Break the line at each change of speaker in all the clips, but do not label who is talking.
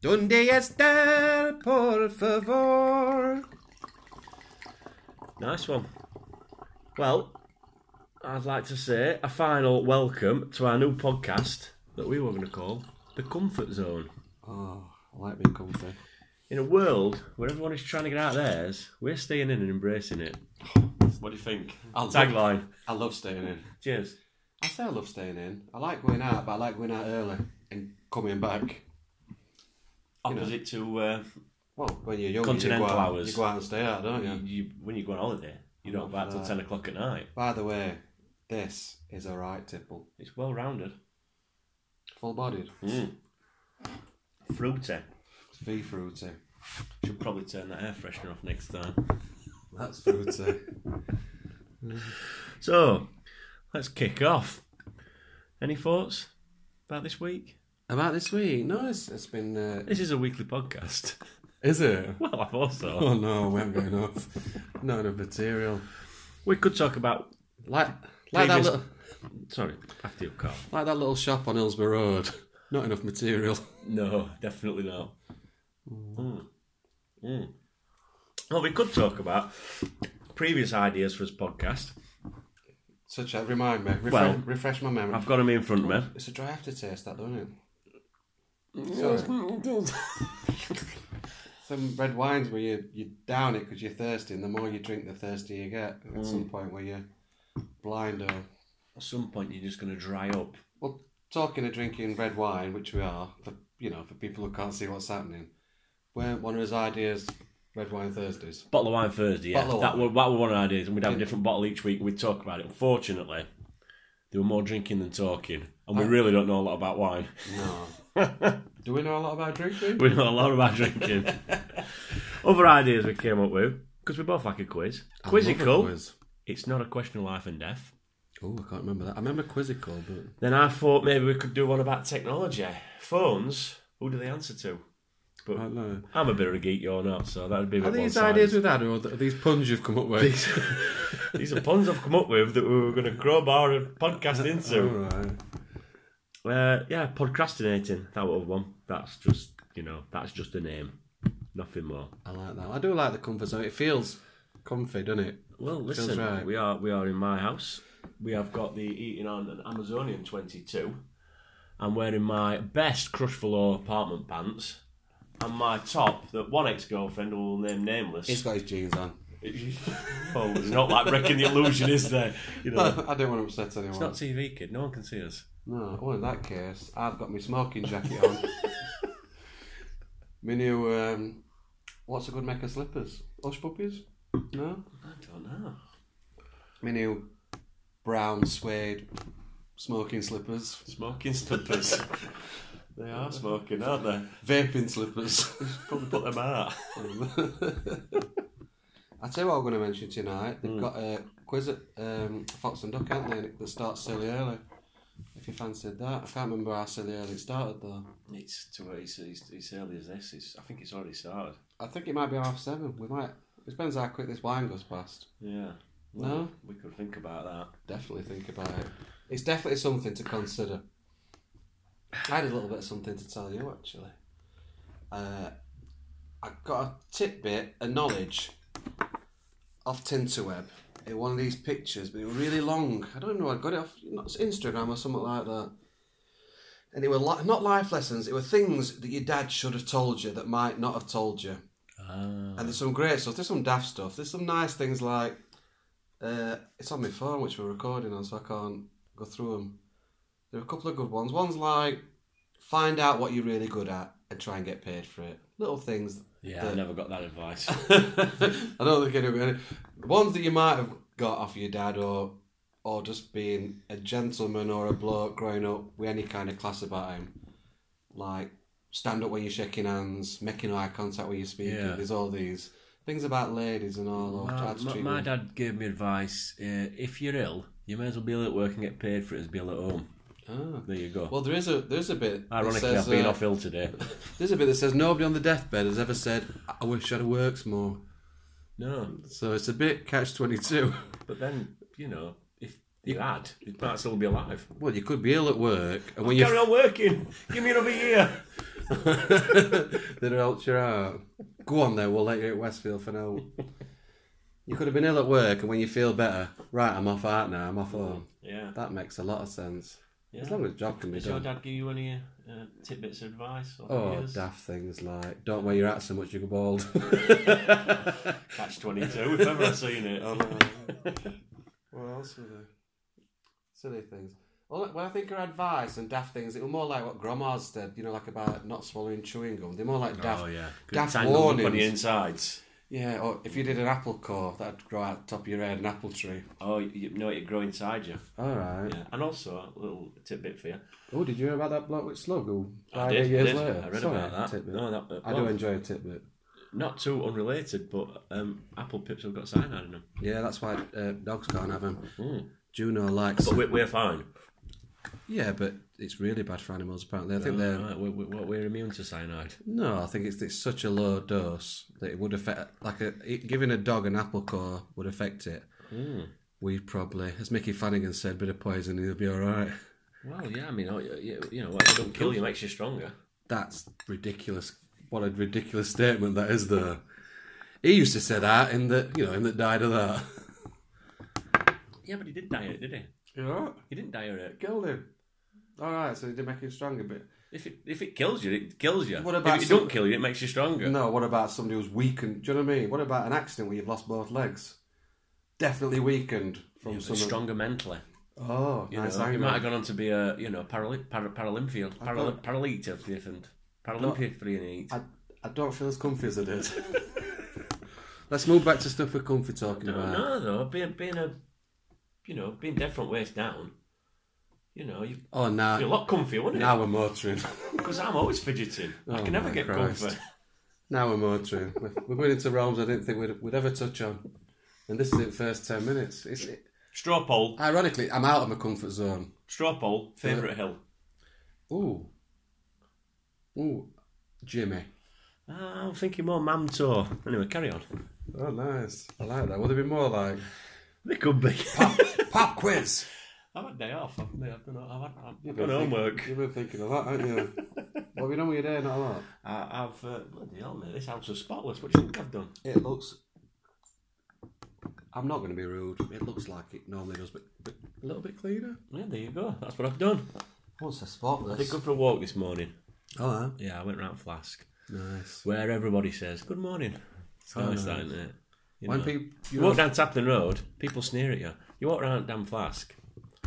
¿Dónde está, por favor?
Nice one. Well, I'd like to say a final welcome to our new podcast that we were going to call The Comfort Zone.
Oh, I like being comfy.
In a world where everyone is trying to get out of theirs, we're staying in and embracing it. What do you think?
I love-
Tagline.
I love staying in.
Cheers.
I say I love staying in. I like going out, but I like going out early and coming back.
Opposite to uh,
Well, when you're young, you
Continental
go out,
hours.
You go out and stay out,
Oh,
don't you?
you, when you go on holiday, you don't go out till
Right.
10 o'clock at night.
By the way, this is a right tipple.
It's well rounded.
Full bodied.
Mm. Fruity.
V fruity.
Should probably turn that air freshener off next time.
That's fruity.
So, let's kick off. Any thoughts about this week?
About this week? No, it's, it's been. Uh,
This is a weekly podcast.
is it?
Well, I've also.
Oh no, we haven't got enough. Not enough material.
We could talk about.
Like, like, that
Previous-
little,
Sorry, after you, Carl.
like that little shop on Hillsborough Road. Not enough material.
No, definitely not. Mm. Mm. Well, we could talk about previous ideas for this podcast.
Such as, remind me. Refresh,
Well-
refresh my memory.
I've got them in front of me.
It's a dry aftertaste, that, doesn't it? Mm, Some red wines where you, you down it because you're thirsty, and the more you drink, the thirstier you get. At some point where you're blind or.
At some point, you're just going to dry up.
Well, talking of drinking red wine, which we are, for you know, for people who can't see what's happening, weren't one of his ideas red wine Thursdays?
Bottle of wine Thursday, yeah.
Bottle of
that,
wine.
were, that were one of our ideas, and we'd have a different bottle each week. and We'd talk about it. Unfortunately, there were more drinking than talking, and we really don't know a lot about wine.
No. Do we know a lot about drinking?
We know a lot about drinking. Other ideas we came up with, because we both like a quiz. Quizzical. It's not a question of life and death.
Oh, I can't remember that. I remember quizzical, but
Then I thought maybe we could do one about technology. Phones, who do they answer to?
I don't know.
I'm a bit of a geek, you're not, so that'd be a bit
Are these
one-sided.
ideas with that, or th- are these puns you've come up with?
These are puns I've come up with that we were going to crowbar a podcast into.
All right.
Uh, yeah, procrastinating. That was one. That's just you know, that's just a name, nothing more.
I like that. I do like the comfort zone. It feels comfy, doesn't it?
Well,
Feels
listen,
right.
we are we are in my house. We have got the eating on an Amazonian twenty two. I'm wearing my best crush for law apartment pants and my top that one ex girlfriend will name nameless.
He's got his jeans on.
oh, it's not like wrecking the illusion, is there? You know,
I don't want to upset anyone.
it's not TV kid. No one can see us.
No, well, in that case, I've got my smoking jacket on. my new, um, what's a good make of slippers? Hush puppies? No?
I don't know.
My new brown suede smoking slippers.
Smoking slippers. they are smoking, aren't they?
Vaping slippers.
Probably put them out.
I tell you what I'm going to mention tonight. They've got a quiz at um, Fox and Duck, haven't they? That starts silly early. If you fancied that. I can't remember how silly early it started, though.
It's to it's, it's, it's early as this. It's, I think it's already started.
I think it might be half seven. We might. It depends how quick this wine goes past.
Yeah.
No?
We could think about that.
Definitely think about it. It's definitely something to consider. I had a little bit of something to tell you actually. Uh, I got a tidbit, a knowledge off Tinterweb. It was one of these pictures, but it was really long. I don't even know where I got it off. Not Instagram or something like that. And it were li- not life lessons. It were things that your dad should have told you that might not have told you.
Ah,
And there's some great stuff. There's some daft stuff. There's some nice things like uh, it's on my phone, which we're recording on, so I can't go through them. There are a couple of good ones. One's like find out what you're really good at and try and get paid for it. Little things.
yeah, I never got that advice.
I don't think anyone. any- The ones that you might have got off your dad or or just being a gentleman or a bloke growing up with any kind of class about him. Like stand up when you're shaking hands, making eye contact when you're speaking.
Yeah.
There's all these things about ladies and all. or
my,
how to
my-
treat
my
women.
dad gave me advice uh, if you're ill, you may as well be ill at work and get paid for it as be ill at home.
Ah.
There you go.
Well, there is a there's a bit. that
Ironically,
says,
I've been
uh,
off ill today.
There's a bit that says nobody on the deathbed has ever said, "I wish I'd worked more."
no,
So it's a bit catch twenty two.
but then, you know, if you had, you might still be alive.
Well, you could be ill at work, and when you
Carry on working. Give me another year.
that helped you out. Go on then, we'll let you at Westfield for now. You could have been ill at work, and when you feel better, right, I'm off art now, I'm off home.
Yeah.
That makes a lot of sense.
yeah.
As long as the job can be
Does your
done.
dad give you any uh, tidbits of advice? Or
Oh,
ideas?
daft things like don't wear your hat so much you go bald.
Catch 22, if ever I've seen it.
Oh, no. what else were there? Silly things. Well, when I think of advice and daft things, it were more like what grandma's said, you know, like about not swallowing chewing gum. They're more like daft.
Oh, yeah.
daft
Tangled up on the
warnings.
insides.
Yeah, or if you did an apple core, that'd grow out the top of your head, an apple tree.
Oh, you, you know it'd grow inside you.
All right.
Yeah. And also, a little tidbit for you.
Oh, did you hear about that bloke with Slug who
I
died
did.
eight years
I, did.
later?
I read
Sorry,
about that.
tidbit.
No, that
I
well,
do enjoy a tidbit.
Not too unrelated, but um, apple pips have got cyanide in them.
Yeah, that's why uh, dogs can't have him. Juno likes.
But we're, we're fine.
Yeah, but it's really bad for animals. Apparently, I think they're
Right, we're, we're, we're immune to cyanide.
No, I think it's, it's such a low dose that it would affect, like a, it, giving a dog an apple core would affect it. Hmm. We'd probably, as Mickey Flanagan said, bit of poison, he'll be all right.
Well, yeah, I mean, oh, you- you, you know, whatever don't kill you makes you stronger.
That's ridiculous. What a ridiculous statement that is, though. He used to say that, in that you know, in that died of that.
Yeah, but he did diet, did he?
You know,
He didn't diet.
killed him. All right, so he did make him stronger, but
If it if it kills you, it kills you.
What about
if it
some-
don't kill you, it makes you stronger.
no. What about somebody who's weakened? Do you know what I mean? What about an accident where you've lost both legs? Definitely weakened from
But
some.
stronger mentally.
Oh,
You,
nice
know, you
angle.
might have gone on to be a you know paraly- para- paralympian, para-
thought-
paralympic and Paralympic free and eat.
I, I don't feel as comfy as I did. Let's move back to stuff we're comfy talking about.
No, though, being being a you know being dead from waist down, you know you
Oh, now
you're a lot comfier, wouldn't it?
now we're motoring.
Because I'm always fidgeting. I
Oh,
can never
my
get
Christ.
comfy.
now we're motoring. We're, we're going into realms I didn't think we'd, we'd ever touch on. And this is it, first 10 minutes. It's,
Straw poll,
ironically, I'm out of my comfort zone.
straw poll, favourite hill.
Ooh. Ooh. Jimmy.
Ah, I'm thinking more Mamto. Anyway, carry on.
Oh, nice. I like that. Would there be more like.
They could be.
Pop quiz!
I've had day off. I've, I've done, I've, had, I've
been
done homework.
You've been thinking a lot, haven't you? what have you done with your day? Not a lot.
I, I've uh, bloody hell, mate. This house is spotless. What do you think I've done?
It looks. I'm not going to be rude. It looks like it normally does, but, but a little bit cleaner.
Yeah, there you go. That's what I've done.
What's a
I did
spotless?
go for a walk this morning.
Oh,
Yeah, I went round Flask,
nice.
where everybody says good morning. It's
Oh, nice.
nice, that, isn't it? You
When
know.
people, you
You
know,
walk down Taplin Road, people sneer at you. You walk around down Flask.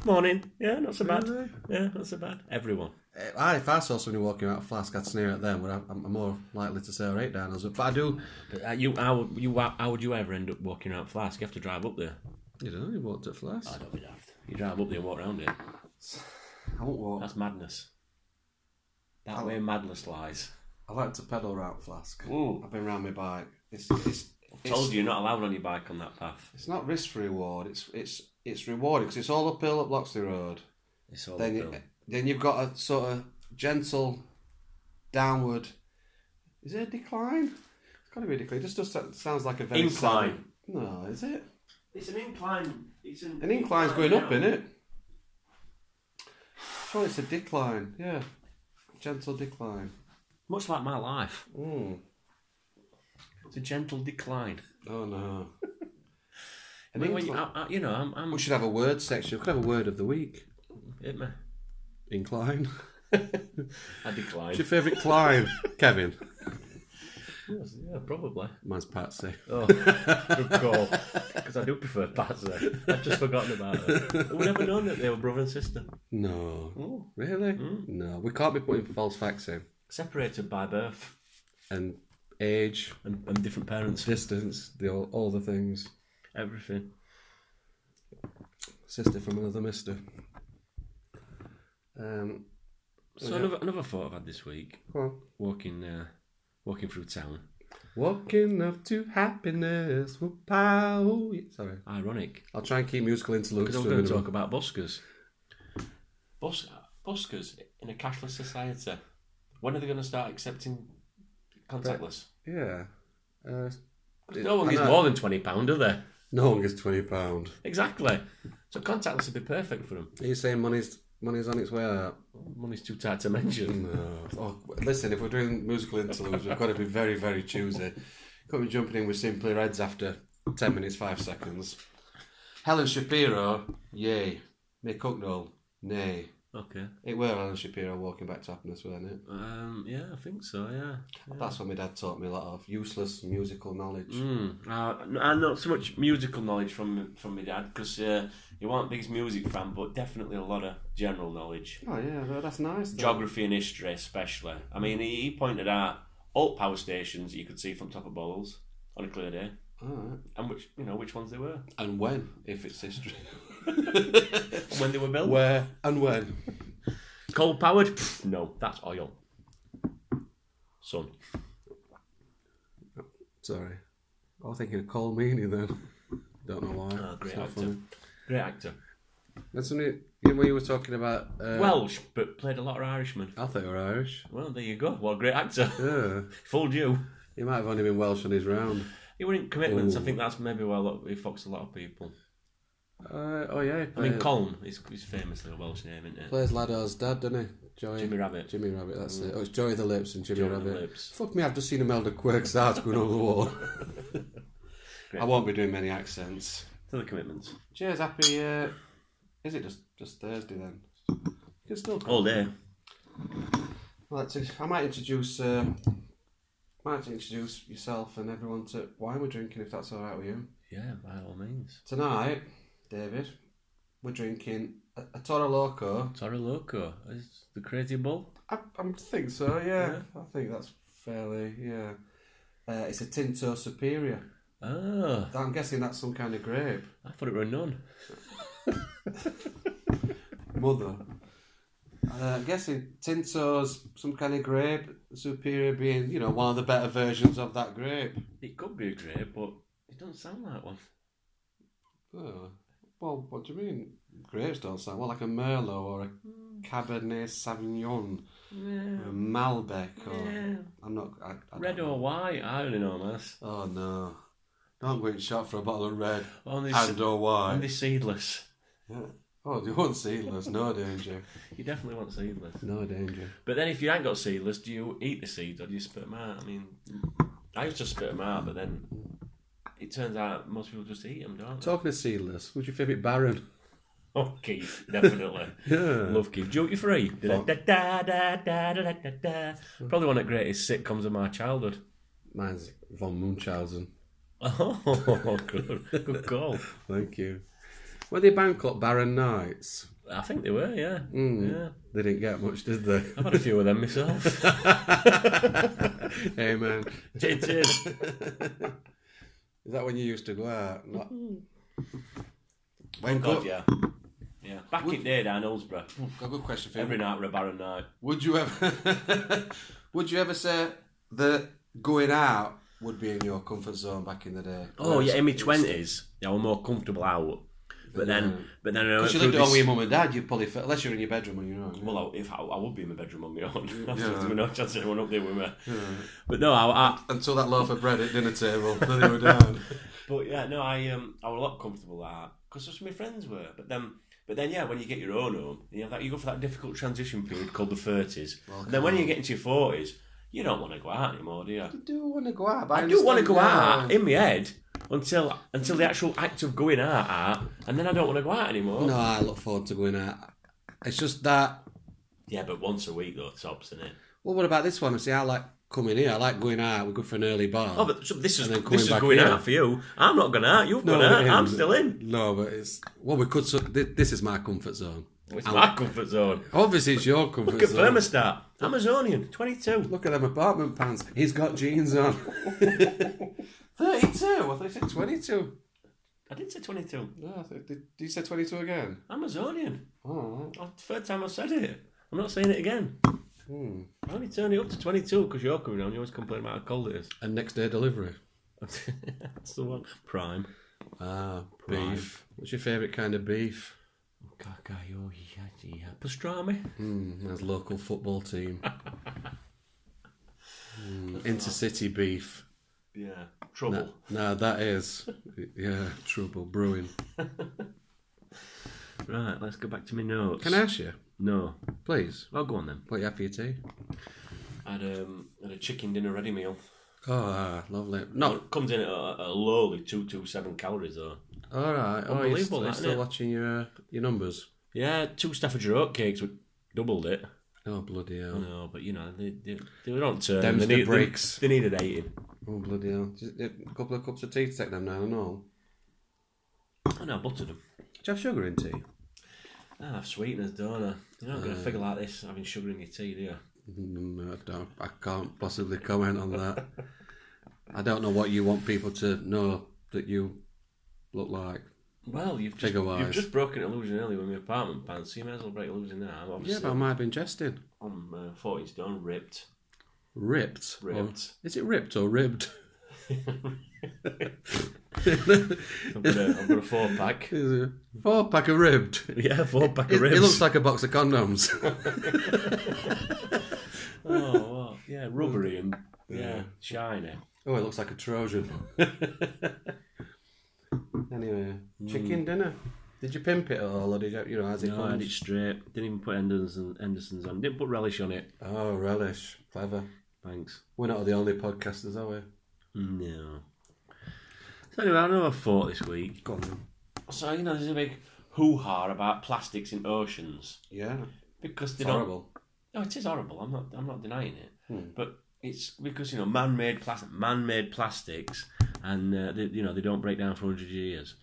Morning. Yeah, not so bad.
Really?
Yeah, not so bad. Everyone.
if I, if I saw somebody walking out a flask, I'd sneer at them. But I'm, I'm more likely to say, "All right, Dan." I was- But I do.
But uh, you, how, would- you, how would you ever end up walking around Flask? You have to drive up there.
You know, you walked at flask.
don't be daft. You drive up there and walk around it.
I won't walk.
That's madness. That way madness lies.
I like to pedal around flask.
Ooh.
I've been round my bike. It's it's
Told
it's,
you you're not allowed on your bike on that path.
it's not risk for reward. It's it's it's rewarded because it's all uphill up Loxley Road.
It's all
then you, then you've got a sort of gentle downward. Is it a decline? It's got to be a decline. It just, just sounds like a very
Incline.
sad- No, is it?
It's an incline. It's an,
An incline's going up, isn't it? Sure, it's a decline. Yeah, gentle decline.
Much like my life.
Mm.
It's a gentle decline.
Oh no.
I
An
mean, when you,
incline-
I, I, you know, I'm. I'm
we should have a word section. We could have a word of the week.
hit me.
Incline.
I decline.
What's your favourite climb, Kevin?
yeah, probably.
Mine's Patsy.
Oh, good call. Because I do prefer Patsy. I've just forgotten about her. I would never known that they were brother and sister.
No.
Oh.
Really?
Hmm.
No, we can't be putting false facts in.
Separated by birth
and age,
and, and different parents.
distance, the all, all the things.
Everything.
Sister from another mister. Um,
So another, another thought I've had this week,
come on.
walking, uh, walking through town.
Walking up to happiness. Whoop-pow. Sorry.
Ironic,
I'll try and keep musical interludes
because
to a
I'm going to
minimum.
talk about buskers. Bus, buskers in a cashless society. When are they going to start accepting contactless?
Yeah. Uh,
'Cause No one
I
gives
know.
more than twenty pound, do they?
no one gets twenty pound.
Exactly. So contactless would be perfect for them.
Are you saying money's Money's on its way out.
Money's too tight to mention.
No. Oh, listen, if we're doing musical interludes, we've got to be very, very choosy. Can't be jumping in with Simply Reds after 10 minutes, 5 seconds. Helen Shapiro, yay. Nick Hucknall, nay.
Okay.
It were Helen Shapiro walking back to happiness, weren't it?
Um, yeah, I think so. Yeah.
That's what my dad taught me a lot of useless musical knowledge.
Mm. Uh, n- and not so much musical knowledge from from my dad because uh, he wasn't the biggest music fan, but definitely a lot of general knowledge,
Oh, yeah, well, that's nice. though.
geography and history especially. I mean, he, he pointed out all power stations that you could see from top of Bowls on a clear day,
Alright.
and which you know which ones they were,
And when, if it's history.
and when they were built.
Where and when.
Coal powered? Pff, No, that's oil. Sun.
Sorry. I was thinking of Cold Meany then. Don't know why.
Oh, great
It's not
actor.
funny.
Great actor.
That's something you know, when you were talking about. Uh,
Welsh, but played a lot of Irishmen.
I thought you were Irish.
Well, there you go. What a great actor.
Yeah.
Fooled you.
He might have only been Welsh on his round.
He were in commitments. I
Ooh.
think that's maybe why a lot, he fucks a lot of people.
Uh, oh yeah, he
I mean,
plays-
Colm is, is famously a Welsh name, isn't it?
plays Lado's dad, doesn't he? Joey,
Jimmy Rabbit. Mm.
Jimmy Rabbit. That's it. Oh, it's Joey the Lips and Jimmy
Joey the
Rabbit.
Lips.
Fuck me, I've just seen Imelda Quirk's article on the wall. I won't be doing many accents.
To the commitments.
Cheers, happy. Uh, is it just just Thursday then? You can still.
All day.
Well, that's it. I might introduce. Uh, might introduce yourself and everyone to why we're drinking, if that's all right with you.
Yeah, by all means.
Tonight, David, we're drinking a, a Toro Loco.
Toro Loco. Is the crazy bull?
I, I think so. Yeah. I think that's fairly. Yeah, uh, it's a Tinto Superior.
Ah,
I'm guessing that's some kind of grape.
I thought it were a nun.
Mother. Uh, I'm guessing Tinto's some kind of grape. Superior being, you know, one of the better versions of that grape.
It could be a grape, but it doesn't sound like one.
Oh, well, what do you mean? Grapes don't sound well like a Merlot or a
Hmm.
Cabernet Sauvignon,
Yeah.
or a Malbec, or
Yeah.
I'm not. I, I don't
Hmm. Red
know.
or white? I only know mass.
Oh no! Don't go in shop for a bottle of red
Only,
and or wine.
only seedless.
Yeah. Oh, you want seedless? No danger.
You definitely want seedless.
No danger.
But then if you ain't got seedless, do you eat the seeds or do you spit them out? I mean, I used to spit them out, but then it turns out most people just eat them, don't they?
Talking of seedless, what's your favourite Baron?
Oh, Keith, definitely.
Yeah.
Love Keith. Duty free. Da, da, da, da, da, da, da, da. Probably one of the greatest sitcoms of my childhood.
Mine's Von Munchausen.
Oh, good, good call.
Thank you. Were they bankrupt Baron Knights?
I think they were, yeah. Yeah.
They didn't get much, did they?
I've had a few of them myself.
Amen.
Cheers, cheers.
Is that when you used to go out? Not... When
Oh, God, yeah. Yeah. Back in the day down Hillsborough,
Got a good question for you.
every night we're a barren night.
Would you ever would you ever say that going out would be in your comfort zone back in the day?
Oh yeah, in my twenties, yeah, we're more comfortable out. But then, but then I went
If you
through
lived at home with
this-
your mum and dad, you probably felt, unless you're in your bedroom and you're not.
well, I, if I, I would be in my bedroom on my own,
Yeah.
there's no chance anyone up there with me. But no, I, I,
Until that loaf of bread at dinner table, then they were down.
but yeah, no, I um, I was a lot comfortable that because that's what my friends were. But then, but then, yeah, when you get your own home, you have that you go for that difficult transition period called the thirties. and then when you get into your forties, you don't want to go out anymore, do you?
I do want to go out. But
I do want to go out in my head until until the actual act of going out, out and then I don't want to go out anymore.
No, I look forward to going out. It's just that.
Yeah, but once a week though, tops, isn't it?
Well, what about this one? See, I like coming here. I like going out. We go for an early bar.
Oh, but so this is
And then coming
this is
back
going
in.
out for you. I'm not going out. You've gone
but
out.
it
I'm
is.
still in.
No, but it's well, we could. So, thi- this is my comfort zone.
It's my comfort zone.
Obviously, it's your comfort
Look at
zone.
thermostat. Amazonian, 22.
Look at them apartment pants. He's got jeans on. 32? I thought he said 22.
I didn't say 22.
Yeah, I thought, did, did you say 22 again?
Amazonian.
Oh,
Oh, third time I've said it. I'm not saying it again.
Hmm.
I only turned it up to 22 because you're coming on. You always complain about how cold it is.
and next day delivery.
That's the one. Prime.
Ah, beef. What's your favourite kind of beef?
Gagayo, yeah, yeah. Pastrami.
Mm, that's local football team. mm, intercity beef.
Yeah. Trouble.
No, that is. Yeah, trouble brewing.
Right, let's go back to my notes.
Can I ask you,
No.
please?
Well, go on then.
What you have for your tea?
I had, um, had a chicken dinner ready meal.
Oh, ah, lovely. No,
It comes in at a, a lowly 227 calories, though.
all right. Oh, you're
Unbelievable,
still, you're
isn't
still
it?
watching your uh, your numbers.
Yeah, two Staffordshire oatcakes, we doubled it.
Oh bloody hell!
No, but you know, they, they, they were on turn.
Them's
they
the
need-
breaks.
They, they needed eating.
Oh bloody hell! Just a couple of cups of tea to take them down and all.
I know, I buttered them.
Do you have sugar in tea?
I have sweeteners, don't I? You're not going to figure like this having sugar in your tea, do you?
No, Mm, I, don't, I can't possibly comment on that. I don't know what you want people to know that you look like.
Well, you've just,
Figure-wise.
you've just broken an illusion earlier with my apartment pants, so you may as well break illusion now.
Yeah,
I'm obviously
but I might have been jesting.
I'm uh, 14 stone, ripped.
Ripped. or-
Ripped.
is it ripped or ribbed?
I've got a, I've got a four pack.
Is it four pack of ribbed.
Yeah, four pack
It, it looks like a box of condoms.
oh, wow. yeah, rubbery and yeah, shiny.
oh, it looks like a Trojan. anyway, chicken dinner. Did you pimp it at all, or did you, you know, as it
No, I had it
comes?
straight. Didn't even put Henderson, Henderson's on. Didn't put relish on it.
Oh, relish, clever.
Thanks.
We're not the only podcasters, are we?
No. So anyway, I know I fought this week.
Go on. Then.
So you know, there's a big hoo-ha about plastics in oceans
Yeah,
because they
it's
don't.
horrible.
No, it is horrible. I'm not. I'm not denying it. But it's because you know man-made plastic, man-made plastics, and uh, they, you know they don't break down for hundred years.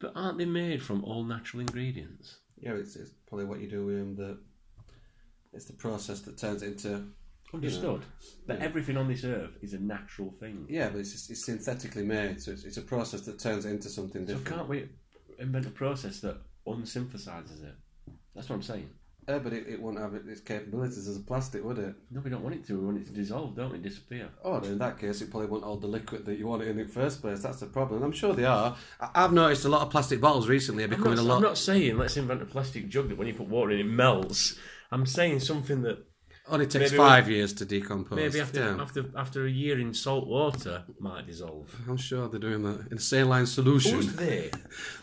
But aren't they made from all natural ingredients?
Yeah, it's, it's probably what you do with them that it's the process that turns it into.
Understood. But everything on this earth is a natural thing.
Yeah, but it's, it's synthetically made, so it's, it's a process that turns it into something
So
different.
can't we invent a process that unsynthesizes it? That's what I'm saying.
Yeah, but it, it won't have its capabilities as a plastic, would it?
No, we don't want it to. We want it to dissolve, don't we? Disappear.
Oh, then in that case, it probably won't hold the liquid that you want it in the first place. That's the problem. I'm sure they are. I, I've noticed a lot of plastic bottles recently are
I'm
becoming
not,
a lot.
I'm not saying let's invent a plastic jug that when you put water in it melts. I'm saying something that
Only takes
Maybe
five years to decompose.
maybe after
Yeah.
after after a year in salt water might dissolve.
I'm sure they're doing that in saline solution.
Who's they?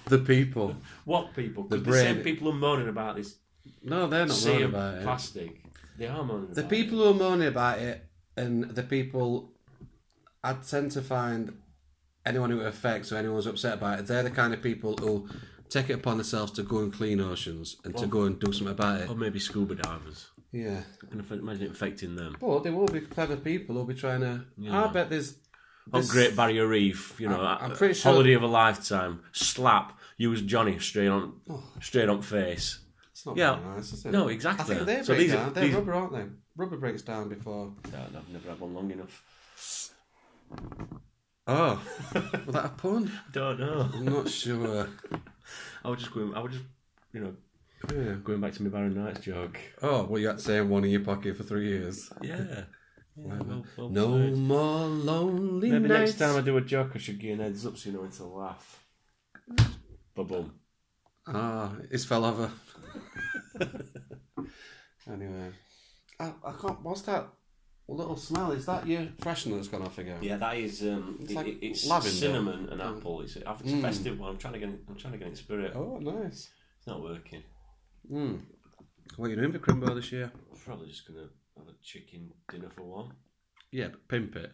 The people.
What people? 'Cause
The
the, same
brain.
people are moaning about this
No, they're not
sea
moaning
of
about it.
plastic. They are moaning.
The people who are moaning about it and the people I tend to find anyone who it affects or anyone who's upset about it, they're the kind of people who take it upon themselves to go and clean oceans and
Oh.
to go and do something about it.
or maybe scuba divers.
Yeah.
I can imagine it affecting them.
But there will be clever people who'll be trying to. I bet there's.
On
there's-
Great Barrier Reef, you know,
I'm pretty sure-
holiday of a lifetime. Slap, use Johnny straight on,
Oh.
straight on face.
It's not
Yeah.
very nice, is it?
No,
I
exactly.
think they
So
break
these are-
down. They're
these-
rubber, aren't they? Rubber breaks down before.
No, I've never had one long enough.
Oh, was that a pun?
Don't know.
I'm not sure.
I was just going. I was just, you know,
Yeah.
going back to my Baron Knights joke.
Oh, well, you had the same one in your pocket for three years.
Yeah. yeah well, well
No
played.
more lonely
Oh, Maybe
nights.
next time I do a joke, I should give you an heads up so you know when to laugh. Ba boom.
Ah, it's fell over. anyway, I, I can't. What's that little smell? Is that your freshener that's gone off again?
Yeah, that is. Um,
It's
it-
like
it- it's
lavender. Mm.
cinnamon and apple. It's, it's a festive one. I'm trying to get. in- I'm trying to get in spirit.
Oh, nice.
It's not working.
Mm. What are you doing for Crimbo this year?
I'm probably just gonna have a chicken dinner for one.
Yeah, pimp it.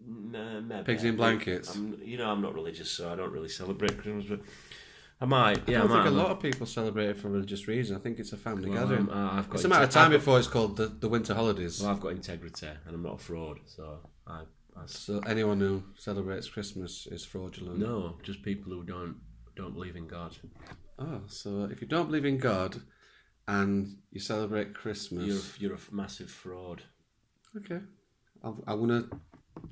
Nah, maybe.
Pigs in blankets.
I'm, you know, I'm not religious, so I don't really celebrate Christmas, but I might. Yeah,
I
I,
don't
Um, might.
think a
have
lot of people celebrate it for religious reasons. I think it's a family
Well,
gathering.
I'm- I- I've got
it's a matter of
inte-
time
I've got-
before it's called the, the winter holidays.
Well, I've got integrity, and I'm not a fraud, so I. I
So anyone who celebrates Christmas is fraudulent.
no, just people who don't don't believe in God.
Oh, so if you don't believe in God and you celebrate Christmas,
You're a, you're a massive fraud.
okay. I, I want to,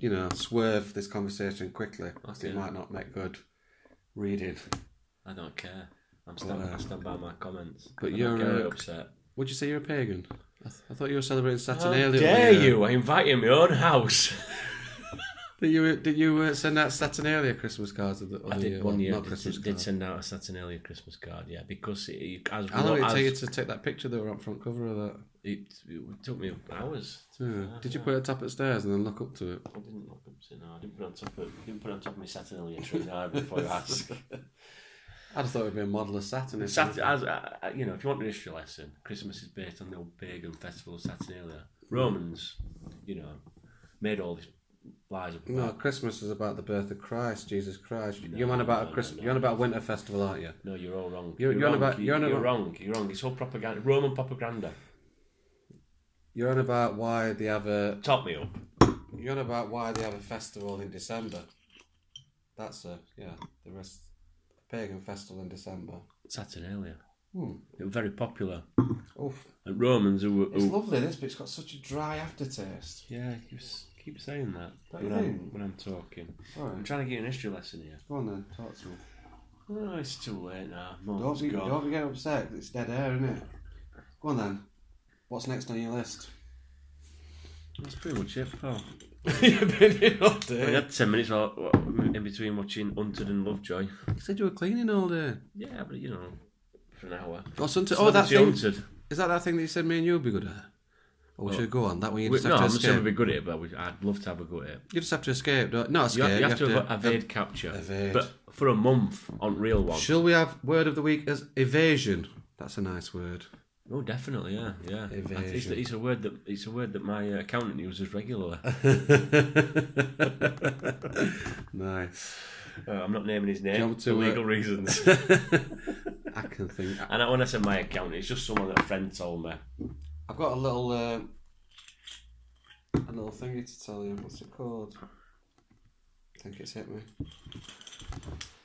you know, swerve this conversation quickly. 'cause It
Okay.
might not make good reading.
I don't care. I'm stand, I stand by my comments.
but
I don't
you're,
get
uh,
upset.
Would you say you're a pagan? I, th- I thought you were celebrating
How
Saturnalia. the
dare
other year.
you? I invite you in my own house.
Did you did you uh, send out Saturnalia Christmas cards? Of the other
I did
year?
one
Well,
year.
Not
Did,
Christmas
did,
cards.
send out a Saturnalia Christmas card, yeah, because it, as
How long
what-
did it take you
as-
to take that picture that were on front cover of that?
it, it took me hours.
Yeah. Did you put it top at stairs and then look up to it?
I didn't look up to no, I didn't put it on top of didn't put it on top of my Saturnalia tree no, before you ask.
I just thought it'd be a model of Saturn.
Sat- as, uh, you know, if you want an history lesson, Christmas is based on the old pagan festival of Saturnalia. Romans, you know, made all these lies up
No,
about.
Christmas is about the birth of Christ, Jesus Christ.
No,
you're on about
no,
a Christmas.
no.
You're on about a winter festival, aren't you?
No, you're all wrong.
You're- you're on
wrong.
about-
You-
you're on
you're
about-
wrong. You're wrong. It's all propaganda. Roman propaganda.
You're on about why they have a.
Top me up.
You're on about why they have a festival in December. That's a yeah. The rest pagan festival in December.
Saturnalia.
Hmm.
It was very popular.
Oof.
And Romans who were.
It's
Who,
lovely this, but it's got such a dry aftertaste.
yeah, you s- keep saying that
Don't
when
you
I'm,
think?
when I'm talking.
All
I'm
right,
trying to get an history lesson here.
go on then, talk to me.
Oh, it's too late now.
Don't
Mom's
be,
Oh, gone.
don't be getting upset. 'cause It's dead air, isn't it? Go on then. What's next on your list?
That's pretty much it, pal.
You've been in all
We
day.
had 10 minutes while- in between watching Hunted and Lovejoy.
You said you were cleaning all day.
Yeah, but you know, for an hour.
Or something. Oh, that
Celebrity
thing.
Hunted.
Is that that thing that you said me and you would be good at? Or we should go on that way. You
We,
just
no,
have to
I'm not saying
escape.
we'd be good at it, but we, I'd love to have a go at it.
You just have to escape. Don't, not escape.
You have, you have to, avo-
ev-
evade capture.
evade.
But for a month on real one.
Shall we have word of the week as evasion? That's a nice word.
Oh, definitely, yeah, yeah.
Evasion.
I- It's, it's a word that it's a word that my uh, accountant uses regularly.
Nice.
Uh, I'm not naming his
Do you
name
want
for
to, uh,
legal reasons.
I can think.
and I, when I say my accountant, it's just someone that a friend told me.
I've got a little, uh, a little thingy to tell you. What's it called? I think it's hit me.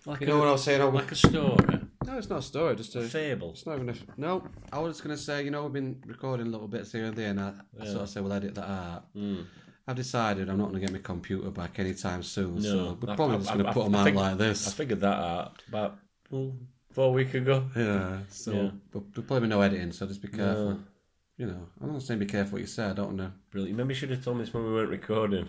Like
You know what I was saying? I was-
like a story,
No, it's not a story. Just
a
a.
fable.
It's not even a. No, I was just gonna say. You know, we've been recording little bits here and there, and I, I sort of say we'll edit that out.
Mm.
I've decided I'm not going to get my computer back anytime soon, so we're
I-
probably
I-
just going
I-
to put
I
them out
think-
like
I
this.
figured that out about mm, four weeks ago.
Yeah, so
Yeah.
But there'll probably be no editing, so just be careful.
Yeah.
You know, I'm not saying be careful what you say, I don't know.
Brilliant. Maybe you should have told me this when we weren't recording.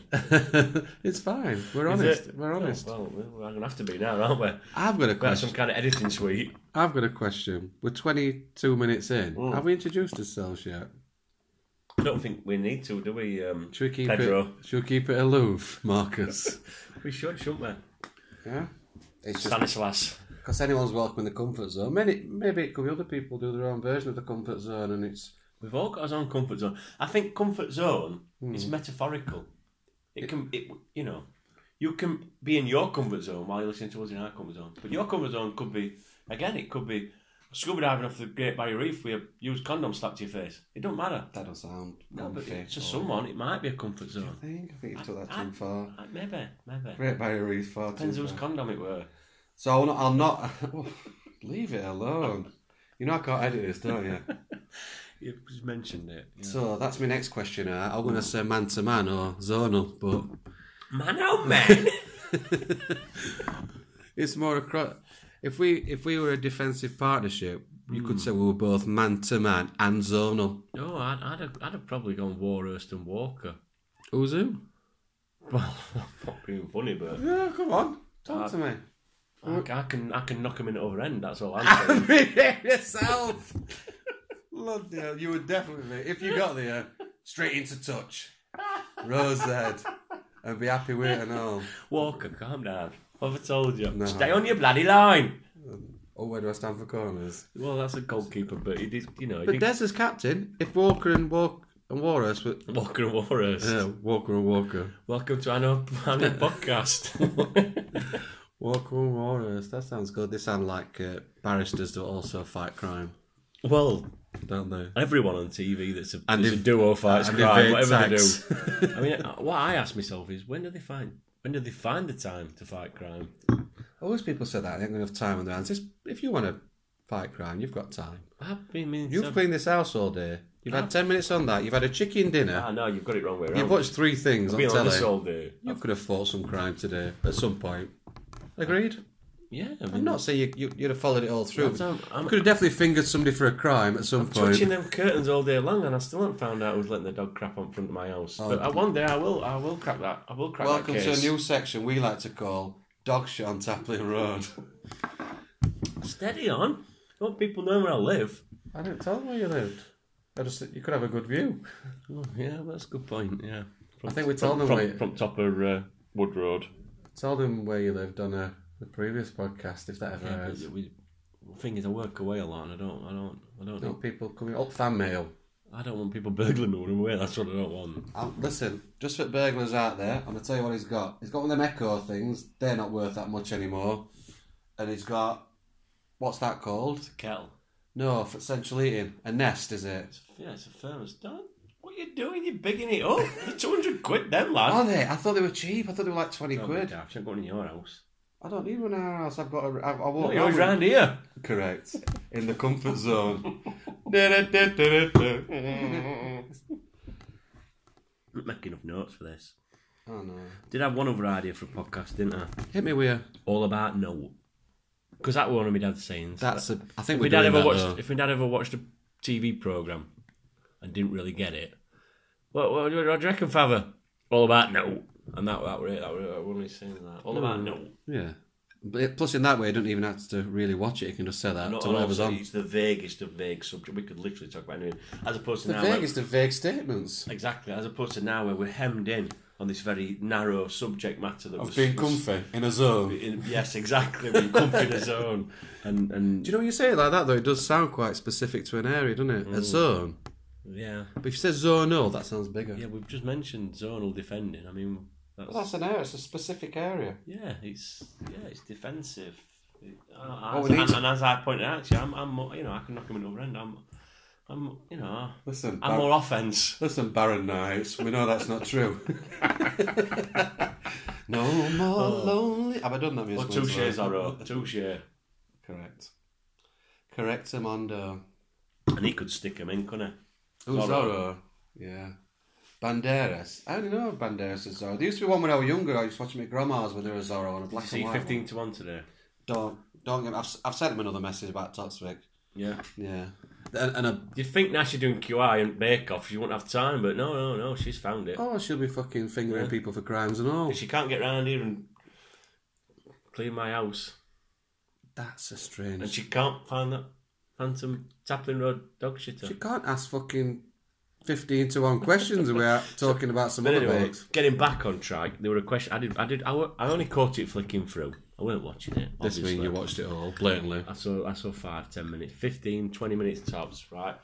it's fine, we're
Is
honest,
it?
we're
Oh,
honest.
well, we're going to have to be now, aren't we?
I've got a
We've got some
question.
kind of editing suite.
I've got a question. We're 22 minutes in.
Mm.
Have we introduced ourselves yet?
I don't think we need to, do we? Um,
Should we keep
Pedro.
it? Should we keep it aloof, Marcus?
we should, shouldn't we?
yeah. It's just
Stanislas.
because anyone's welcome in the comfort zone. Maybe, maybe it could be other people do their own version of the comfort zone, and it's
We've all got our own comfort zone. I think comfort zone is metaphorical. Hmm. It can, it, you know, you can be in your comfort zone while you're listening to us in our comfort zone. But your comfort zone could be, again, it could be scuba diving off the Great Barrier Reef with a used condom slapped to your face. It don't matter.
That does sound
No, but
comfy.
to
or-
someone, it might be a comfort
I
zone.
think I think you took that
I-
too far.
Uh, Maybe, maybe.
Great Barrier Reef far
Depends
too
whose
far.
condom it were.
So I'll not. I'll not leave it alone. You know I can't edit this, don't you?
You just mentioned it. Yeah.
So that's my next question. uh, I'm going to say man to man or zonal, but
Man, oh man!
it's more across. If we if we were a defensive partnership, you could say we were both man to man and zonal.
no, I'd, I'd, have, I'd have probably gone Warhurst and Walker.
Who's who?
Well, not being funny, but
Yeah, come on, talk to me.
I, I can I can knock him in the other end. That's all I'm saying.
yourself. Bloody hell, you would definitely be. If you got there, straight into touch. Rose head. And be happy with it and all.
Walker, calm down. What have I told you?
No.
Stay on your bloody line.
Oh, where do I stand for corners?
Well, that's a goalkeeper, but he did, you know, he
But
did
Des is captain. If Walker and Walk and Warhurst were.
Walker and Warhurst.
Yeah, Walker and Walker.
Welcome to our new, our new podcast.
Walker and Warhurst. That sounds good. They sound like uh, barristers that also fight crime,
well,
don't they?
everyone on TV that's a,
And
that's a
if-
duo fights
and
crime,
evade
whatever
tax.
they do. I mean, uh, what I ask myself is when do they find when do they find the time to fight crime?
Always people say that. They ain't got enough time on their hands. It's- If you want to fight crime, you've got time.
I've been meaning to-
You've cleaned this house all day. You've had 10 minutes on that. You've had a chicken dinner.
Ah, no, you've got it wrong way around.
You've watched three things on
been on
telly.
this all day.
You could have fought some crime today at some point. Agreed?
Yeah, I
I'm
mean,
not saying you, you, you'd have followed it all through.
Mm. That's- I'm- I'm-
you could have definitely fingered somebody for a crime at some point.
touching them curtains all day long, and I still haven't found out who's letting the dog crap on front of my house. but uh, one day I will, I will crack that. I will crack
Welcome
that
to a
case.
new section we like to call Dog Shit on Tapley Road.
Steady on. I want people know where I live.
I didn't tell them where you lived. I just you could have a good view.
Oh, yeah, that's a good point. Yeah, from,
I think we told
from,
them
from,
where-
from top of uh, Wood Road.
Tell them where you lived on a, the previous podcast if that ever airs.
we The thing is, I work away a lot, and I don't, I don't, I don't,
No people coming up fan mail.
I don't want people burgling me when I'm away. That's what I don't want.
Um, listen, just for burglars out there, I'm gonna tell you what he's got. He's got one of them Echo things. They're not worth that much anymore. And he's got what's that called?
Kettle.
No, for central heating. A nest, is it?
It's, yeah, it's a thermos. Don't. What are you doing? You're bigging it up. They're 200 quid then, lad.
Are they? I thought they were cheap. I thought they were like twenty
Oh, my
quid.
gosh, I'm going in your house.
I don't need one in our house. I've got. A, I, I
Oh,
walk
you're
around.
round here.
Correct. In the comfort zone. Oh,
not making enough notes for this.
oh no.
Did have one other idea for a podcast, didn't I?
Hit me with a-
All about no. Because that were one of my dad's sayings.
That's a. I think
if my
we're
dad
doing
ever
that.
watched,
though.
if my dad ever watched a TV program and didn't really get it, what, what, do you- what do you reckon, Father? All about no, and that that were it. That were, that were me saying that. All about
Hmm.
no.
Yeah. But plus, in that way, you don't even have to really watch it. You can just say that
Not
to whatever's
also,
on.
It's the vaguest of vague subject. We could literally talk about anything, as opposed to
The
now.
vague
where-
is the vague statements.
exactly, as opposed to now where we're hemmed in on this very narrow subject matter that was, was-
in a zone.
in- yes, exactly. We're comfy in a zone, and and
Do you know when you say it like that though? It does sound quite specific to an area, doesn't it?
Mm.
A zone.
yeah,
But if you say zonal, that sounds bigger.
yeah. We've just mentioned zonal defending. I mean, that's,
an area. It's a specific area.
Yeah, it's yeah, it's defensive. It- uh,
Well,
as-
we need
and,
to-
and as I pointed out to you, I'm, I'm more- you know I can knock him in the other end. I'm I'm you know
Listen,
I'm
Bar-
more offense.
listen, Baron Knights. We know that's not true. no more lonely. Have I done that
Or
music?
two shares I wrote. Two share.
Correct. Correct, Amondo.
And he could stick him in, couldn't
Who's Zorro? Yeah. Banderas. I don't know if Banderas is Zorro. There used to be one when I was younger. I used to watch my grandma's when there was Zorro on a
he?
black
See,
and white. one.
fifteen to one today.
Don't don't get. I've, I've sent him another message about Totswick.
Yeah.
Yeah. And, and a,
You think now she's doing QI and Bake Off, she won't have time, but no, no, no, she's found it.
oh, she'll be fucking fingering people for crimes and all.
She can't get round here and clean my house,
That's a strange.
and she can't find that phantom Taplin Road dog shitter.
You can't ask fucking fifteen to one questions without talking about some
But
other
anyway,
bugs.
getting back on track, there were a question. I did. I did. I, wa- I only caught it flicking through. I weren't watching it.
This
obviously.
mean you watched it all blatantly.
I saw. I saw five, ten minutes, 15, 20 minutes tops. Right.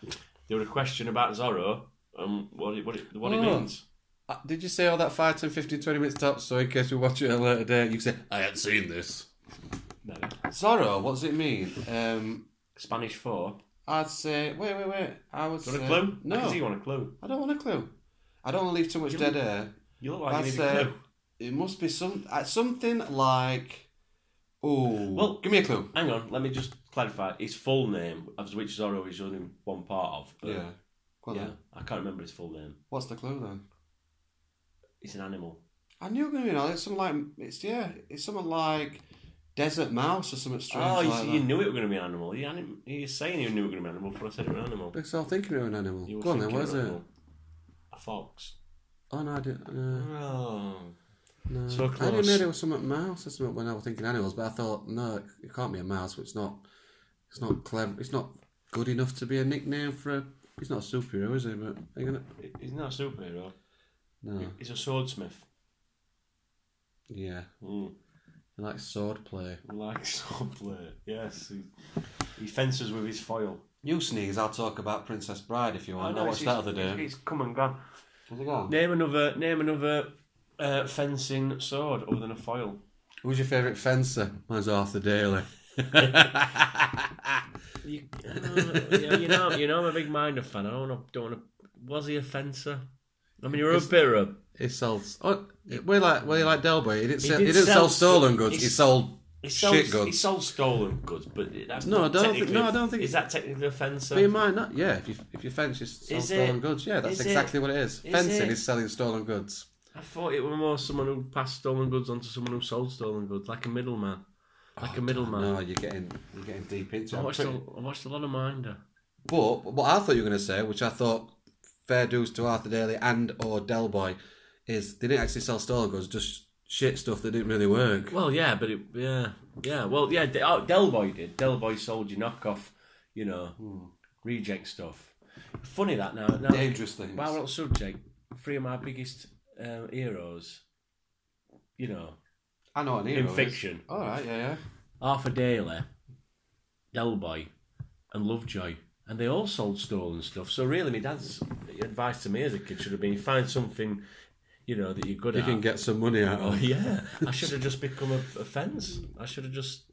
There were a question about Zorro and what it what it, what it
Oh.
means.
Uh, Did you say all that 5, 10, 15, 20 minutes tops? So in case we watch it at a later date, you say I hadn't seen this.
No.
Zorro, what does it mean? Um,
Spanish four.
I'd say. Wait, wait, wait. I would
Do you
say.
want a clue? I can
Uh, No,
see you want a clue.
I don't want a clue. I don't want to leave too much dead air.
You look like you
That's,
need a
uh,
clue.
It must be some uh, something like. Oh,
Well-
give me a clue.
Hang on. Let me just clarify. His full name, of which Zorro is only one part of. but-
yeah. Go on
uh, Yeah.
then.
I can't remember his full name.
What's the clue then?
It's an animal.
I knew it was gonna be an It's something like it's yeah. It's something like desert mouse or something strange.
Oh, you,
like
see,
that.
you knew it was going to be an animal. You, anim- you saying you knew it was going to be an animal before I said it was an animal.
Because I was thinking of an animal.
You were
Go on then.
thinking
What is it?
animal. A fox.
Oh no, I didn't. Uh,
Oh.
no.
So
I
close.
didn't know there was something mouse or something when I was thinking animals, but I thought no, it can't be a mouse. It's not. It's not clever. It's not good enough to be a nickname for a. He's not a superhero, is he? But are you gonna?
He's not a superhero.
No.
He's a swordsmith.
Yeah.
Mm.
He likes sword play.
Like swordplay. Yes. He, he fences with his foil.
You sneeze. I'll talk about Princess Bride if you want. Oh, I,
know,
watched
it's-
that other day.
It's come and gone.
How's it going?
Name another. Name another. Uh, fencing sword other than a foil.
Who's your favourite fencer? Mine's Arthur Daly.
You, uh, yeah, you know, you know, I'm a big Minder fan. I don't want. Don't want. Was he a fencer? I mean, you're a bit of.
He sold. Oh, we like we like Delby. He didn't sell, he,
did
didn't sell,
sell
stolen
st-
goods.
he
He
s-
sold.
He
Shit
sold,
goods.
he sold stolen goods, but that's
No,
not
I don't think-
technically-
no, I don't think-
Is that technically a fencer?
Be in mind, not yeah. If you if you fence, you sell
Is
stolen
it?
goods. Yeah, that's
Is it?
exactly what it is.
Is
Fencing
it?
is selling stolen goods.
I thought it were more someone who passed stolen goods on to someone who sold stolen goods, like a middleman. Like a middleman.
No, you're getting you're getting deep into.
I,
it.
watched a, I watched a lot of Minder.
But what I thought you were going to say, which I thought fair dues to Arthur Daly and or Delboy, is they didn't actually sell stolen goods, just shit stuff that didn't really work.
Well, yeah, but it, yeah, yeah. Well, yeah, De- oh, Delboy did. Delboy sold your knockoff, you know, reject stuff. Funny that now. now
Dangerous things.
While we're on subject, three of my biggest um, heroes, you know,
I know what an hero
in
is.
fiction
All right, yeah, yeah.
Arthur Daly Delboy, and Lovejoy, and they all sold stolen stuff. So really, my dad's advice to me as a kid should have been find something, you know, that you're good
You
at.
can get some money out
Oh
of it.
yeah, I should have just become a, a fence. I should have just.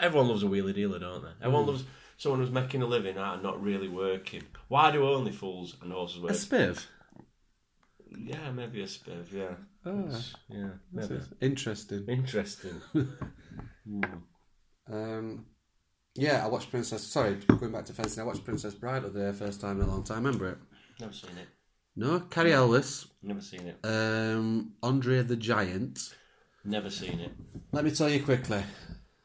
Everyone loves a wheelie dealer, don't they?
Mm.
Everyone loves someone who's making a living out and not really working. Why do only fools and horses
A
work?
spiv.
yeah, maybe a spiv. Yeah,
Ah,
yeah,
this
maybe.
is interesting. Hmm.
Interesting.
Um, yeah, I watched Princess. Sorry, going back to fencing. I watched Princess Bride the other day, first time in a long time. Remember it?
Never seen it.
No, Carrie Ellis,
Never seen it.
um, Andre the Giant.
Never seen it.
Let me tell you quickly.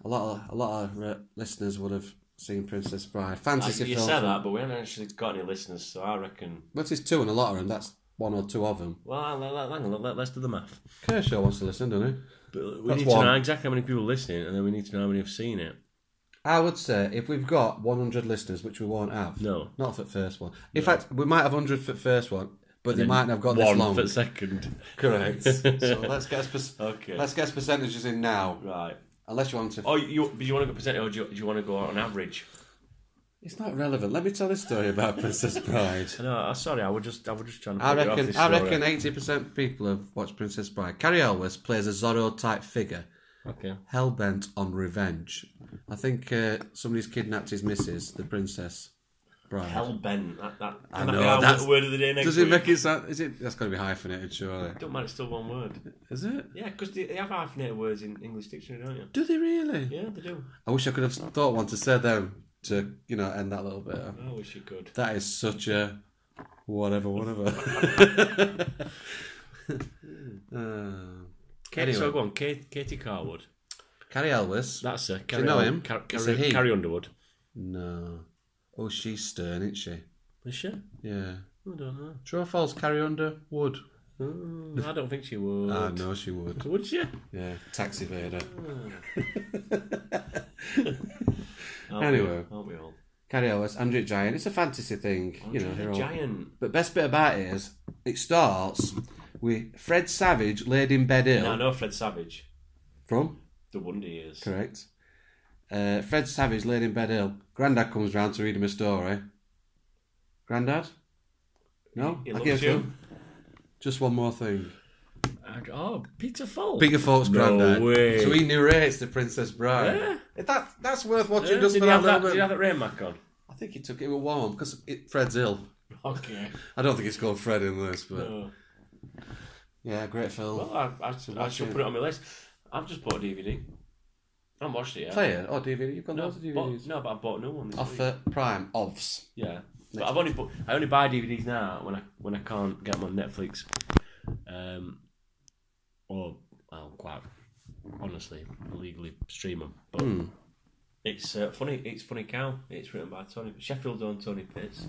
A lot of a lot of uh, listeners would have seen Princess Bride. Fantasy
you
film.
said that, but we haven't actually got any listeners, so I reckon.
But it's two and a lot of them. That's one or two of them.
Well, hang on, hang on, let, us do the math.
Kershaw wants to listen, doesn't he?
But we
That's
need
one.
to know exactly how many people are listening, and then we need to know how many have seen it.
I would say if we've got 100 listeners, which we won't have.
No.
Not for the first one. In fact, we might have 100 for the first one, but they
Then
mightn't have got
one
this Oh, long.
for second.
Correct. so let's get us perc-
Okay.
let's get us percentages in now.
Right.
Unless you want to.
Oh, you do you want to go percentage or do you, do you want to go on average?
It's not relevant. Let me tell this story about Princess Bride.
No, I'm sorry. I was just I was just trying to.
I
figure out
reckon
this
I
story.
reckon eighty percent of people have watched Princess Bride. Carrie Elwes plays a Zorro type figure,
Okay.
hell bent on revenge. I think uh, somebody's kidnapped his missus, the Princess Bride.
Hell bent. That that.
I
that
know,
be our
that's-
word of the day next
Does it
week.
make it sound? Is it? That's got to be hyphenated, surely.
Don't mind. It's still one word.
Is it?
Yeah, because they, they have hyphenated words in English dictionary, don't you?
Do they really?
Yeah, they do.
I wish I could have thought one to say them to you know end that little bit. Off.
I wish you could.
That is such a whatever, whatever. uh,
Katie,
Anyway.
So go on, Katie, Katie Carwood.
Carrie Elwes.
That's her. Carrie
know
Un-
him?
Car-
Is
Carrie-
it he?
Carrie Underwood.
No. Oh, she's stern, isn't she?
Is she? I
Yeah.
don't know.
True or false? Carrie Under would.
Mm, I don't think she would.
Ah, no, she would.
Would she?
Yeah. Tax evader.
Aren't
Anyway.
we, aren't we all?
Carrie Elwes, Andrew the Giant. It's a fantasy thing, you know.
She's a
they're all-
giant.
But best bit about it is it starts with Fred Savage laid in bed ill
No, no, Fred Savage.
from
The Wonder Years.
correct. Uh, Fred Savage laid in bed ill. Grandad comes round to read him a story. Grandad, no,
He
I
loves
give
you.
him just one more thing.
And- oh, Peter Falk.
Bigger Folk's
No
granddad.
way.
So he narrates The Princess Bride. If That, that's worth watching
did,
just
he
for that
have
little
that,
bit.
did he have that rain mac on?
I think he took it with one because Fred's ill.
Okay.
I don't think it's called Fred in this, but
Oh.
yeah, great film.
Well, I, I, I, should put it on my list. I've just bought a DVD. I haven't watched it yet.
Play it. Oh, DVD. You've got
No,
loads of
but,
DVDs.
no, but I bought a new one. This
Off
week.
uh, Prime. Ovs.
Yeah, but I've only bu- I only buy DVDs now when I when I can't get them on Netflix. Um, or well, quite honestly, illegally stream them. But
Hmm.
it's uh, funny. It's funny cow. It's written by Tony Sheffield on Tony Pitts,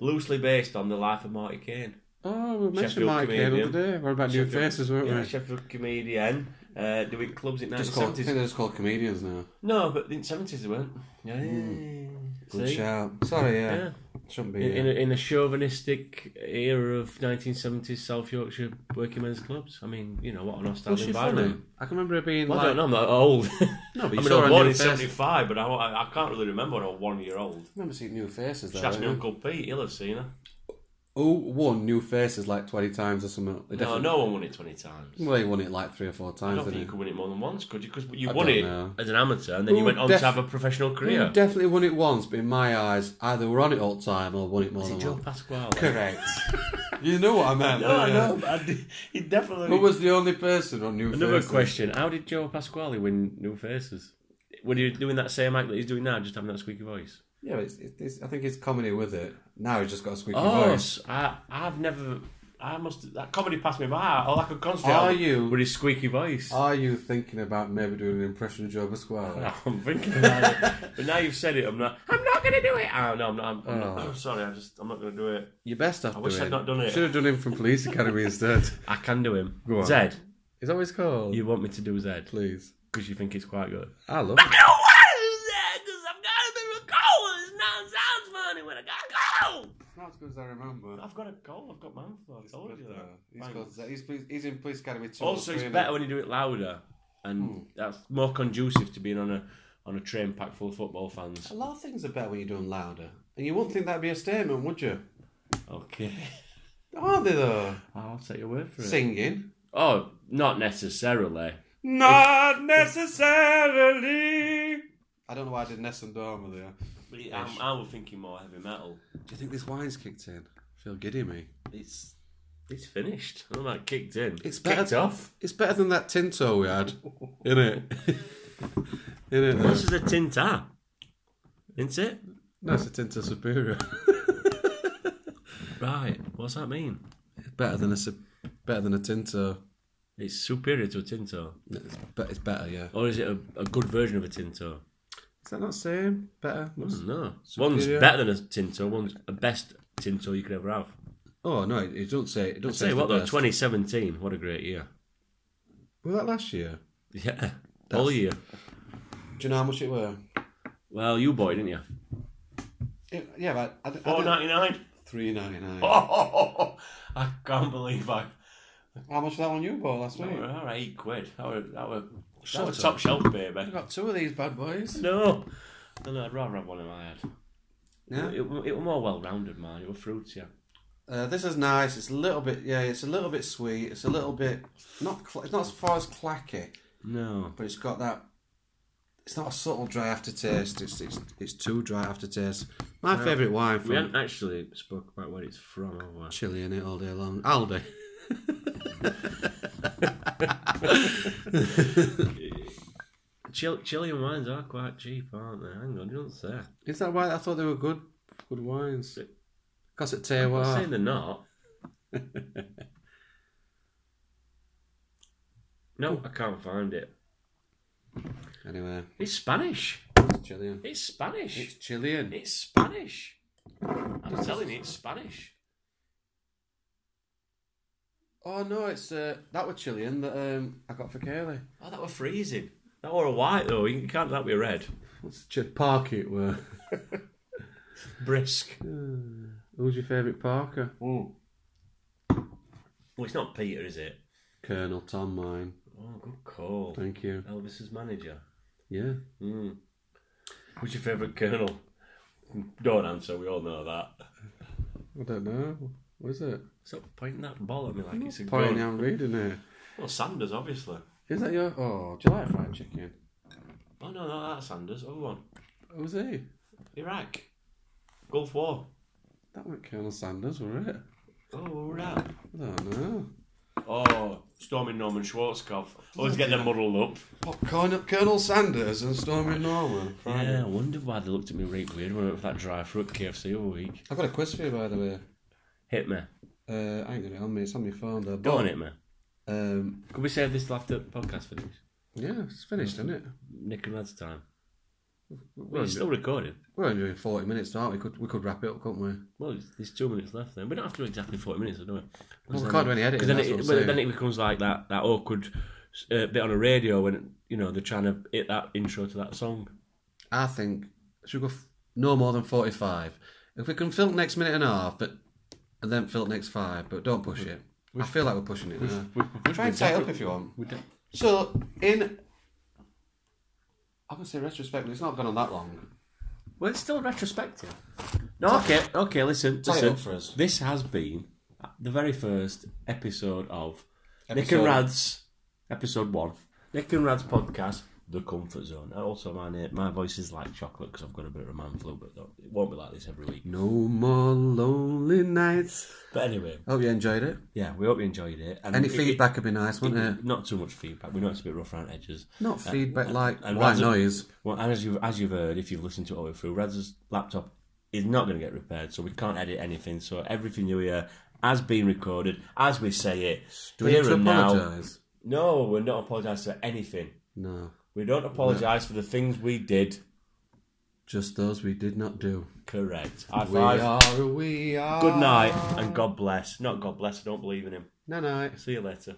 loosely based on the life of Marty Kane.
Oh, we mentioned
Sheffield
Mike Kane the
comedian.
other day. What about new
Sheffield-
faces, weren't
Yeah,
we?
Sheffield comedian. Uh, doing clubs in
Mm-hmm. Just called, I think
1970s.
they're just called comedians now.
No, but in the 70s they weren't. Yeah.
Hmm. Good
See?
shout. Sorry, yeah.
Yeah.
Shouldn't be. uh,
In, in,
yeah.
a, in a chauvinistic era of 1970s South Yorkshire working men's clubs. I mean, you know, what an hostile
Was she
environment.
funny? I can remember her being
Well, I
like.
don't know, I'm not old.
No, but
I
you
mean,
saw her
I was
on
born
New
in
Faces.
75, but I, I I can't really remember when I was one year old.
I remember seeing new faces though.
That's
don't
my
you?
Uncle Pete, he'll have seen her.
Who won New Faces like 20 times or something? They
No,
definitely,
no one won it 20 times.
Well, he won it like three or four
I
times,
don't think
didn't
you
he?
could win it more than once, could you? Because you
I
won
don't
it
know.
as an amateur and then you
Who
went on
def- Mm,
to have a professional
He
career.
definitely won it once, but in my eyes, either were on it all the time or won it more
Was it
than
Joe
once.
Pasquale?
Correct. you know what I meant.
No, I
don't you?
know, but I did- he definitely.
Who was the only person on New
Another
Faces?
question: How did Joe Pasquale win New Faces? Were you doing that same act that he's doing now, just having that squeaky voice?
Yeah, it's, it's, it's, I think it's comedy with it. Now he's just got a squeaky
Oh,
voice.
s- I, I've never. I must. That comedy passed me by. All I could concentrate
Are
on
you-
with his squeaky voice.
Are you thinking about maybe doing an impression of Joe Pasquale?
I'm thinking about it, but now you've said it. I'm not. I'm not going to do it. Oh no, I'm not. I'm, I'm not-
Oh.
I'm sorry. I just. I'm not going to do it.
You're best off I
wish I'd not done it.
Should have done him from Police Academy instead.
I can do him.
Go on.
Zed,
Is that what it's called?
you want me to do Zed
Please.
because you think it's quite good.
I love
I don't want to do Zed because I've got to be cold. It's not sounds funny when I got cold.
Not as good as I remember. uh,
I've got a cold. I've got man flu. I told you that.
He's,
Thanks.
called, he's, he's in Police Academy too. Hmm.
Also, it's better when you do it louder, and that's more conducive to being on a on a train packed full of football fans.
A lot of things are better when you're doing louder. And you wouldn't think that'd be a statement, would you?
Okay,
Are they though?
I'll take your word for it.
Singing?
Oh, not necessarily.
Not necessarily. I don't know why I did Ness and Dorma there.
I'm, I was thinking more heavy metal.
Do you think this wine's kicked in? feel giddy, me.
It's it's finished. Oh man, kicked in.
It's
kicked
better-
off.
It's better than that Tinto we had, isn't it? isn't
This
it?
is a tinta, isn't it?
No, it's a Tinto Superior.
Right. What's that mean?
better than a su- better than a Tinto.
It's superior to a tinto,
It's, be- it's better, yeah.
or is it a, a good version of a tinto?
Is that not saying better?
Mm, No, one's
Superior.
better than a tinto. One's the best tinto you could ever have.
Oh no, it, it don't say. It don't say
Say
it's
what
the
though,
best.
2017. What a great year.
Was that last year?
Yeah, whole year.
Do you know how much it were?
Well, you bought it, didn't you?
It, yeah, but I, I,
Four ninety nine.
three ninety nine.
Oh, I can't believe I.
How much was that one you bought last week?
All right, eight quid. That were that were, that
Shut
were
up.
top shelf, baby.
I got two of these bad boys.
No. No, no, I'd rather have one in my head.
Yeah.
It, were- it were more well rounded, man. It were fruitier.
Uh, this is nice. It's a little bit, yeah. It's a little bit sweet. It's a little bit not. Cl- it's not as far as clacky,
No.
but it's got that. It's not a subtle dry aftertaste. It's it's it's too dry aftertaste. My favourite wine
We
from
haven't actually spoke about where it's from, have we?
Chile in it all day long. Aldi.
Chil- Chilean wines are quite cheap, aren't they? Hang on, you don't say.
Is that why I thought they were good? Good wines. Cause at Tewa.
I'm saying they're not. no, I can't find it.
Anyway,
It's Spanish.
it's Chilean.
It's Spanish.
It's Chilean.
It's Spanish. I'm telling you, it's Spanish.
Oh no, it's uh, that were Chilean that um, I got for Kaylee.
Oh, that were freezing. That were a white though. You can't that be red.
What's the Chip Park it were?
Brisk.
Who's your favourite Parker?
Well, it's not Peter, is it?
Colonel Tom mine.
Oh, good call.
Thank you.
Elvis's manager.
Yeah.
Mm. Who's your favourite colonel? Don't answer. We all know that.
I don't know. What is it?
Stop pointing that ball at me like it's a
Apparently
gun.
I'm reading it.
Well, Sanders, obviously.
Is that your oh, do you like fried chicken?
Oh no, not that Sanders. Other one.
Who's he?
Iraq. Gulf War.
That weren't Colonel Sanders, were it?
Oh, right.
I don't know.
Oh, storming Norman Schwarzkopf. Always get them muddled up.
Popcorn up Colonel Sanders and Stormy Norman. Friday.
Yeah, I wondered why they looked at me right weird when I went for that dry fruit KFC all week.
I've got a quiz for you by the way.
Hit me.
Uh, I ain't got it on me, it's on my phone though.
Go
But,
on, hit me.
Um
Could we save this till after podcast for this?
Yeah, it's finished, isn't it?
Nick and Rad's time.
We're
Well,
only,
it's still recording.
we're only doing forty minutes, aren't we? Could we could wrap it up, couldn't we?
Well, it's- there's two minutes left then. We don't have to do exactly 40 minutes, do we?
Well, we can't do any editing.
Because then,
that's what
it,
I'm
well,
saying.
then it becomes like that, that awkward uh, bit on a radio when, you know, they're trying to hit that intro to that song.
I think should we go f- no more than forty-five. If we can fill the next minute and a half, but and then fill the next five, but don't push it. I feel like we're pushing it. now. Try and tie it up if you want. So in, I would say retrospectively, it's not gone on that long.
Well, it's still retrospective. No, okay, okay, listen.
Tie it
listen.
up for us.
This has been the very first episode of Nick
Episode-
and Rad's, episode one, Nick and Rad's podcast, The Comfort Zone. And also, my, na- my voice is like chocolate because I've got a bit of a man flu, but don't- it won't be like this every week.
No more lonely nights.
But anyway,
Hope you enjoyed it.
yeah, we hope you enjoyed it. And
Any
it-
feedback would be nice,
it-
wouldn't it?
Not too much feedback. We know it's a bit rough around edges. Uh,
Not feedback like
and
white
Rad's-
noise.
Well, and as you've as you've heard, if you've listened to it all the way through, Rad's laptop is not going to get repaired, so we can't edit anything. So everything you hear has been recorded as we say it
Do we need
here
to
and now.
apologise?
No, we're not apologising for anything.
No,
We don't apologise for the things we did.
just those we did not do.
Correct. High
We
five.
are, we are.
Good night and God bless. Not God bless. I don't believe in him.
Night night.
See you later.